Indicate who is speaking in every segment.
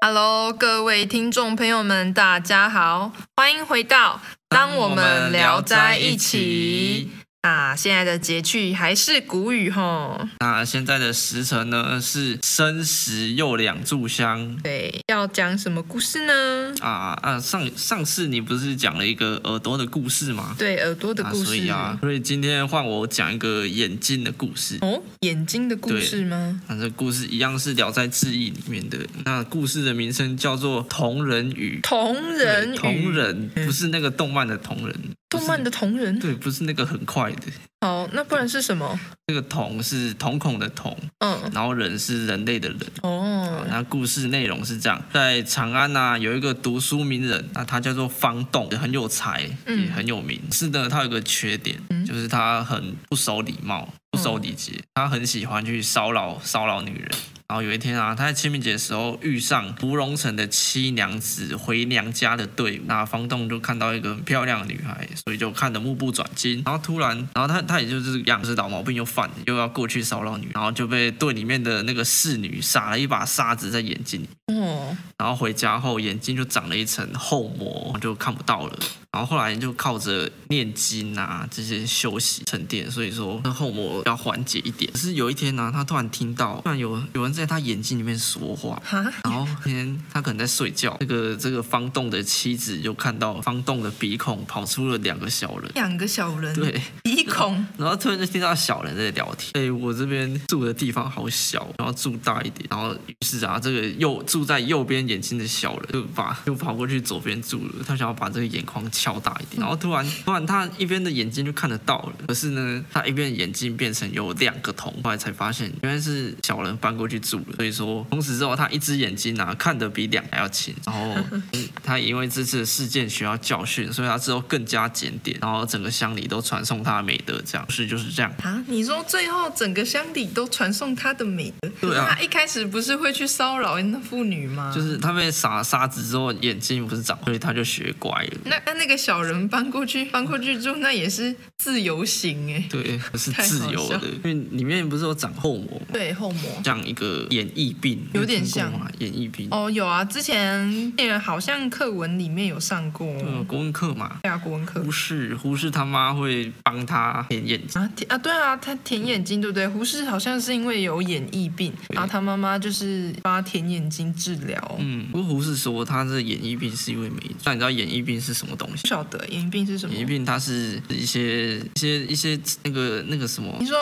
Speaker 1: Hello，各位听众朋友们，大家好，欢迎回到《当我们聊在一起》。啊，现在的节气还是谷雨吼。
Speaker 2: 那现在的时辰呢是申时又两炷香
Speaker 1: 对，要讲什么故事呢？
Speaker 2: 啊啊！上上次你不是讲了一个耳朵的故事吗？
Speaker 1: 对，耳朵的
Speaker 2: 啊，
Speaker 1: 故
Speaker 2: 所
Speaker 1: 事
Speaker 2: 以啊，所以今天换我讲一个眼睛的故事。
Speaker 1: 哦，眼睛的故
Speaker 2: 对
Speaker 1: 事吗？
Speaker 2: 那这故事一样是《聊斋志异》里面的。那故事的名称叫做《同人语》。
Speaker 1: 同人嗯
Speaker 2: 对
Speaker 1: 与
Speaker 2: 同人不是那个动漫的同人，不
Speaker 1: 动
Speaker 2: 是
Speaker 1: 漫的同人。
Speaker 2: 对，不是那个很快的。
Speaker 1: 好，那不然是什么？
Speaker 2: 那个瞳是瞳孔的瞳，
Speaker 1: 嗯，
Speaker 2: 然后人是人类的人。
Speaker 1: 哦，
Speaker 2: 那故事内容是这样，在长安呐、有一个读书名人，那他叫做方栋，很有才，
Speaker 1: 嗯
Speaker 2: 也很有名。是的，他有个缺点，就是他很不守礼貌，不守礼节，他很喜欢去骚扰骚扰女人。然后有一天啊，他在清明节的时候遇上芙蓉城的七娘子回娘家的队伍，那方栋就看到一个很漂亮的女孩，所以就看得目不转睛。然后突然，然后他他也就是这个样子，老毛病又犯了，又要过去骚扰女人，然后就被队里面的那个侍女撒了一把沙子在眼睛里。
Speaker 1: 哦，
Speaker 2: 然后回家后眼睛就长了一层厚膜，就看不到了。然后后来就靠着念经啊这些休息沉淀，所以说那厚膜要缓解一点。可是有一天呢、他突然听到，突然有有人在他眼睛里面说话。
Speaker 1: 哈，
Speaker 2: 然后那天他可能在睡觉，这个这个方栋的妻子就看到方栋的鼻孔跑出了两个小人，
Speaker 1: 两个小人，
Speaker 2: 对，
Speaker 1: 鼻孔，
Speaker 2: 然后突然就听到小人在聊天，哎、我这边住的地方好小，然后住大一点，然后于是啊，这个右住在右边眼睛的小人就把就跑过去左边住了，他想要把这个眼眶敲大一点，然后突然突然他一边的眼睛就看得到了，可是呢，他一边的眼睛变成有两个瞳，后来才发现原来是小人搬过去住了，所以说从此之后他一只眼睛啊看得比两个还要清，然后嗯他也因为这次的事件学到教训，所以他之后更加检点，然后整个乡里都传颂他的美德，这样是就是这样。
Speaker 1: 啊，你说最后整个乡里都传送他的美德，
Speaker 2: 对啊
Speaker 1: 他一开始不是会去骚扰那妇女吗？
Speaker 2: 就是他被撒沙子之后，眼睛不是长，所以他就学乖了。
Speaker 1: 那那那个小人搬过去搬过去住，那也是自由行哎。
Speaker 2: 对，不是
Speaker 1: 太好
Speaker 2: 自由
Speaker 1: 笑
Speaker 2: 的，因为里面不是有长后膜吗，
Speaker 1: 对，后膜。
Speaker 2: 像一个眼翳病，
Speaker 1: 有点
Speaker 2: 你听过
Speaker 1: 像
Speaker 2: 吗眼翳病。
Speaker 1: 哦，有啊，之前呃好像课文里面有上过
Speaker 2: 嗯，国文课嘛，
Speaker 1: 对啊，国文课
Speaker 2: 胡适，胡适他妈会帮他舔眼睛。
Speaker 1: 啊舔啊，对啊，他舔眼睛，对不对？胡适好像是因为有眼翳病，然后他妈妈就是帮他舔眼睛治疗。
Speaker 2: 嗯，不过胡适说他这眼翳病是因为霉菌，但你知道眼翳病是什么东西
Speaker 1: 不？晓得眼翳病是什么
Speaker 2: 眼翳？病它是一些一些一些那个那个什么
Speaker 1: 你，说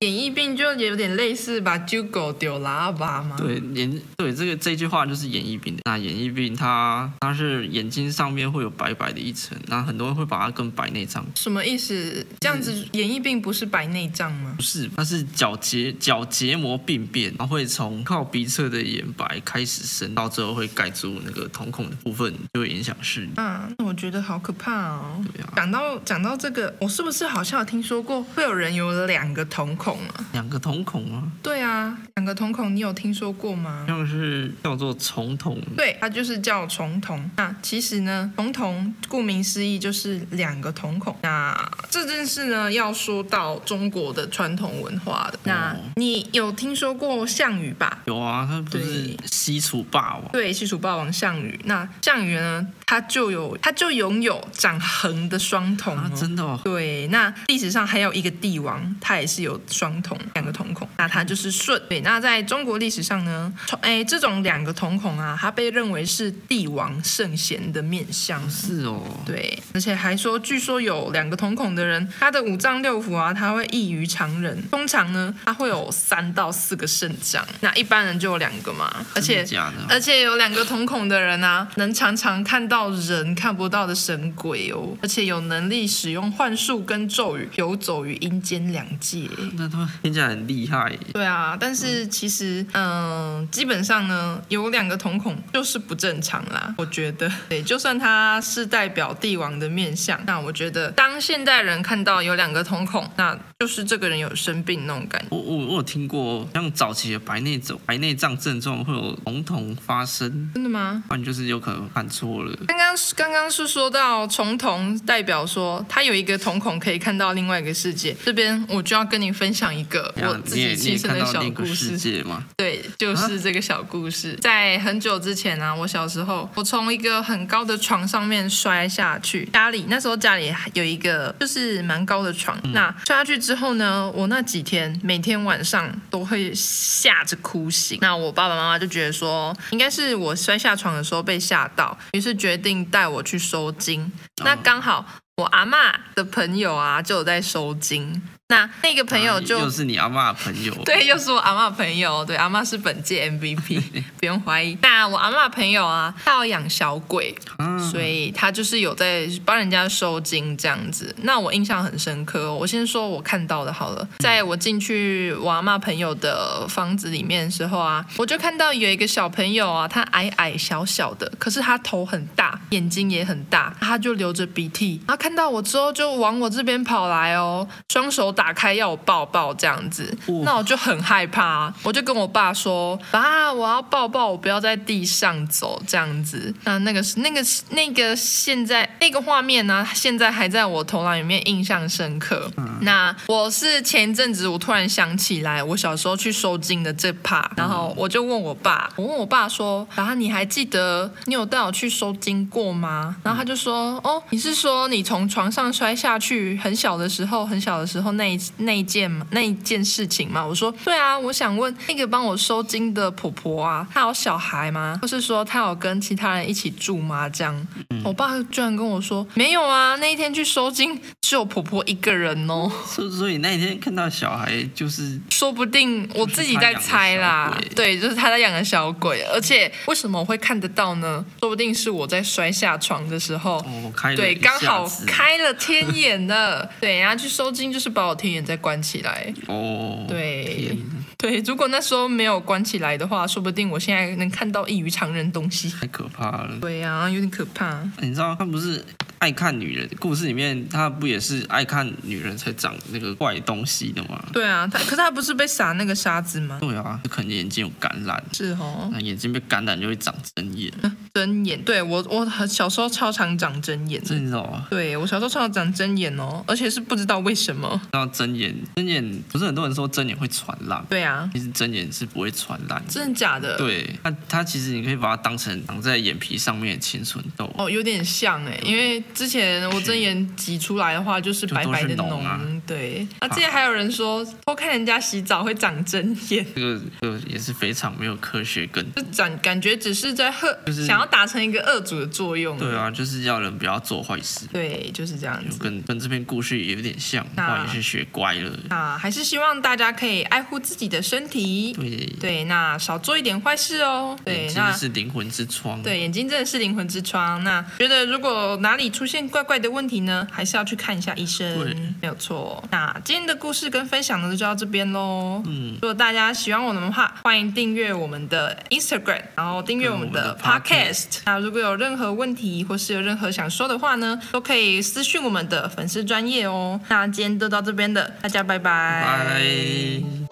Speaker 1: 眼翳病就有点类似把揪狗丢喇叭吗？
Speaker 2: 对眼对这个这句话就是眼翳病的。那眼翳病它它是眼睛上面会有白白的一层，那很多人会把它跟白内障。
Speaker 1: 什么意思？这样子眼翳病不是白内障吗
Speaker 2: 不？是，它是角结角结膜病变，然后会从靠鼻侧的眼白开始升，到最后会盖住那个瞳孔的部分，就会影响视力。
Speaker 1: 啊，那我觉得好可怕哦。
Speaker 2: 对啊，
Speaker 1: 讲到讲到这个，我是不是好像有听说过会有人有两个瞳孔啊？
Speaker 2: 两个瞳孔啊，
Speaker 1: 对啊，两个瞳孔，你有听说过吗？
Speaker 2: 像是叫做重瞳，
Speaker 1: 对，它就是叫重瞳。那其实呢，重瞳顾名思义就是两个瞳孔。那这件事呢，要说到中国的传统文化的。那你有听说过项羽吧？
Speaker 2: 有啊，它不是
Speaker 1: 对
Speaker 2: 西楚霸王。啊
Speaker 1: 对，西楚霸王项羽。那项羽呢，他就有他就拥有长横的双瞳、哦
Speaker 2: 啊，真的、哦，
Speaker 1: 对，那历史上还有一个帝王，他也是有双瞳，两个瞳孔，那他就是舜。对，那在中国历史上呢，从哎这种两个瞳孔啊，它被认为是帝王圣贤的面相。
Speaker 2: 是哦，
Speaker 1: 对，而且还说，据说有两个瞳孔的人，他的五脏六腑啊，他会异于常人。通常呢，他会有三到四个肾脏，那一般人就有两个嘛。而且
Speaker 2: 真的假的
Speaker 1: 而且有两个瞳孔的人啊，能常常看到人看不到的神鬼哦，而且有能力使用幻术跟咒语，游走于阴间两界。
Speaker 2: 那他听起来很厉害耶。
Speaker 1: 对啊，但是其实，嗯、基本上呢，有两个瞳孔就是不正常啦。我觉得，对，就算他是代表帝王的面相，那我觉得当现代人看到有两个瞳孔，那就是这个人有生病那种感觉。
Speaker 2: 我我我有听过，像早期的白内障，白内障症状会有瞳瞳发生，
Speaker 1: 真的吗？
Speaker 2: 不然就是有可能看错了，
Speaker 1: 刚刚刚刚是说到重瞳代表说他有一个瞳孔可以看到另外一个世界，这边我就要跟你分享一个
Speaker 2: 然
Speaker 1: 我
Speaker 2: 后
Speaker 1: 自
Speaker 2: 你也
Speaker 1: 己
Speaker 2: 你
Speaker 1: 亲
Speaker 2: 也
Speaker 1: 身
Speaker 2: 看
Speaker 1: 的
Speaker 2: 到
Speaker 1: 小
Speaker 2: 那
Speaker 1: 故
Speaker 2: 个
Speaker 1: 事
Speaker 2: 世。界嘛，
Speaker 1: 对，就是这个小故事。在很久之前啊，我小时候，我从一个很高的床上面摔下去。家里那时候家里有一个就是蛮高的床，那摔下去之后呢，我那几天每天晚上都会吓着哭醒。那我爸爸妈妈就觉得说，应该是我摔下床的时候被吓到，于是决定带我去收金。那刚好我阿嬷的朋友啊，就有在收金。那那个朋友
Speaker 2: 啊
Speaker 1: 就
Speaker 2: 又是你阿妈朋友，
Speaker 1: 对，又是我阿嬷朋友，对，阿嬷是本届 MVP，不用怀疑。那我阿嬷朋友啊，她要养小鬼，
Speaker 2: 啊，
Speaker 1: 所以她就是有在帮人家收金这样子。那我印象很深刻哦、我先说我看到的好了，在我进去我阿嬷朋友的房子里面的时候啊，我就看到有一个小朋友啊，他矮矮小小的，可是他头很大，眼睛也很大，他就流着鼻涕，他看到我之后就往我这边跑来哦，双手打开要我抱抱这样子。
Speaker 2: 哇
Speaker 1: 那我就很害怕，我就跟我爸说：“爸，我要抱抱，我不要在地上走这样子。”那那个是那个是那个现在那个画面呢、现在还在我头脑里面印象深刻。那我是前一阵子我突然想起来，我小时候去收金的这趴，然后我就问我爸，我问我爸说：“爸，你还记得你有带我去收金过吗？”然后他就说：“哦，你是说你从床上摔下去很小的时候，很小的时候那一那一件吗那一件事情吗？”我说：“对啊，我想问那个帮我收金的婆婆啊，她有小孩吗？或是说她有跟其他人一起住吗？”这样，我爸居然跟我说：“没有啊，那一天去收金只有婆婆一个人哦。”
Speaker 2: 所所以那一天看到小孩就是
Speaker 1: 说不定我自己在猜啦
Speaker 2: 就是他
Speaker 1: 对，
Speaker 2: 养的小鬼，
Speaker 1: 就是他在养的小鬼，而且为什么我会看得到呢？说不定是我在摔下床的时候，
Speaker 2: 哦开了
Speaker 1: 对，
Speaker 2: 一
Speaker 1: 刚好
Speaker 2: 下子
Speaker 1: 开了天眼了， 对，然后去收金就是把我天眼再关起来，
Speaker 2: 哦，
Speaker 1: 对
Speaker 2: 天哪
Speaker 1: 对，如果那时候没有关起来的话，说不定我现在能看到异于常人东西。
Speaker 2: 太可怕了。
Speaker 1: 对呀、有点可怕。
Speaker 2: 你知道他不是爱看女人，故事里面他不也是爱看女人才长那个怪东西的吗？
Speaker 1: 对啊，他可是他不是被撒那个沙子吗？
Speaker 2: 对啊，就可能眼睛有感染，
Speaker 1: 是哦，
Speaker 2: 那眼睛被感染就会长针眼，
Speaker 1: 针眼。对我，我很小时候超常长针眼的。
Speaker 2: 真的哦。
Speaker 1: 对我小时候常常长针眼哦，而且是不知道为什么。
Speaker 2: 然后针眼，针眼不是很多人说针眼会传染，
Speaker 1: 对啊，
Speaker 2: 其实针眼是不会传染的。
Speaker 1: 真的假的？
Speaker 2: 对，它它其实你可以把它当成长在眼皮上面的青春痘，
Speaker 1: 哦，有点像哎，因为之前我针眼挤出来的话，就是白白的
Speaker 2: 就都是脓啊
Speaker 1: 对，啊，之前还有人说偷看人家洗澡会长针眼，
Speaker 2: 这个这个也是非常没有科学根据。
Speaker 1: 就长感觉只是在呵，
Speaker 2: 就是
Speaker 1: 想要达成一个恶主的作用。
Speaker 2: 对啊，就是要人不要做坏事，
Speaker 1: 对，就是这样
Speaker 2: 就
Speaker 1: 子。
Speaker 2: 跟跟这篇故事也有点像，
Speaker 1: 那
Speaker 2: 话也是学乖了。
Speaker 1: 那还是希望大家可以爱护自己的身体，
Speaker 2: 对，
Speaker 1: 对，那少做一点坏事哦。对
Speaker 2: 眼，睛
Speaker 1: 那
Speaker 2: 是灵魂之窗。
Speaker 1: 对，眼睛真的是灵魂之窗。那觉得如果哪里出现怪怪的问题呢，还是要去看一下医
Speaker 2: 对
Speaker 1: 生，没有错。那今天的故事跟分享呢，就到这边喽。
Speaker 2: 嗯
Speaker 1: 如果大家喜欢我们的话，欢迎订阅我们的 Instagram，然后订阅
Speaker 2: 跟
Speaker 1: 我们
Speaker 2: 我们
Speaker 1: 的
Speaker 2: 的
Speaker 1: Podcast。那如果有任何问题或是有任何想说的话呢，都可以私讯我们的粉丝专业哦。那今天就到这边了，大家拜拜
Speaker 2: 拜。